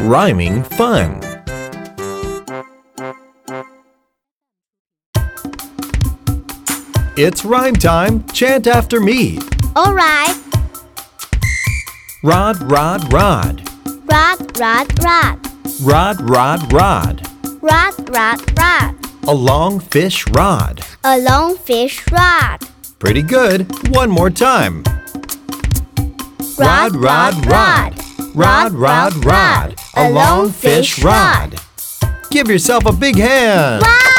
Rhyming fun. It's rhyme time. Chant after me. All right, Rod, rod, rod. rod, rod, rod, Rod, rod, rod. rod, rod, rod, A long fish rod. a long fish rod. Pretty good. One more time. Rod, rod, rod, Rod, rod, rod. A long fish rod. Give yourself a big hand. Wow!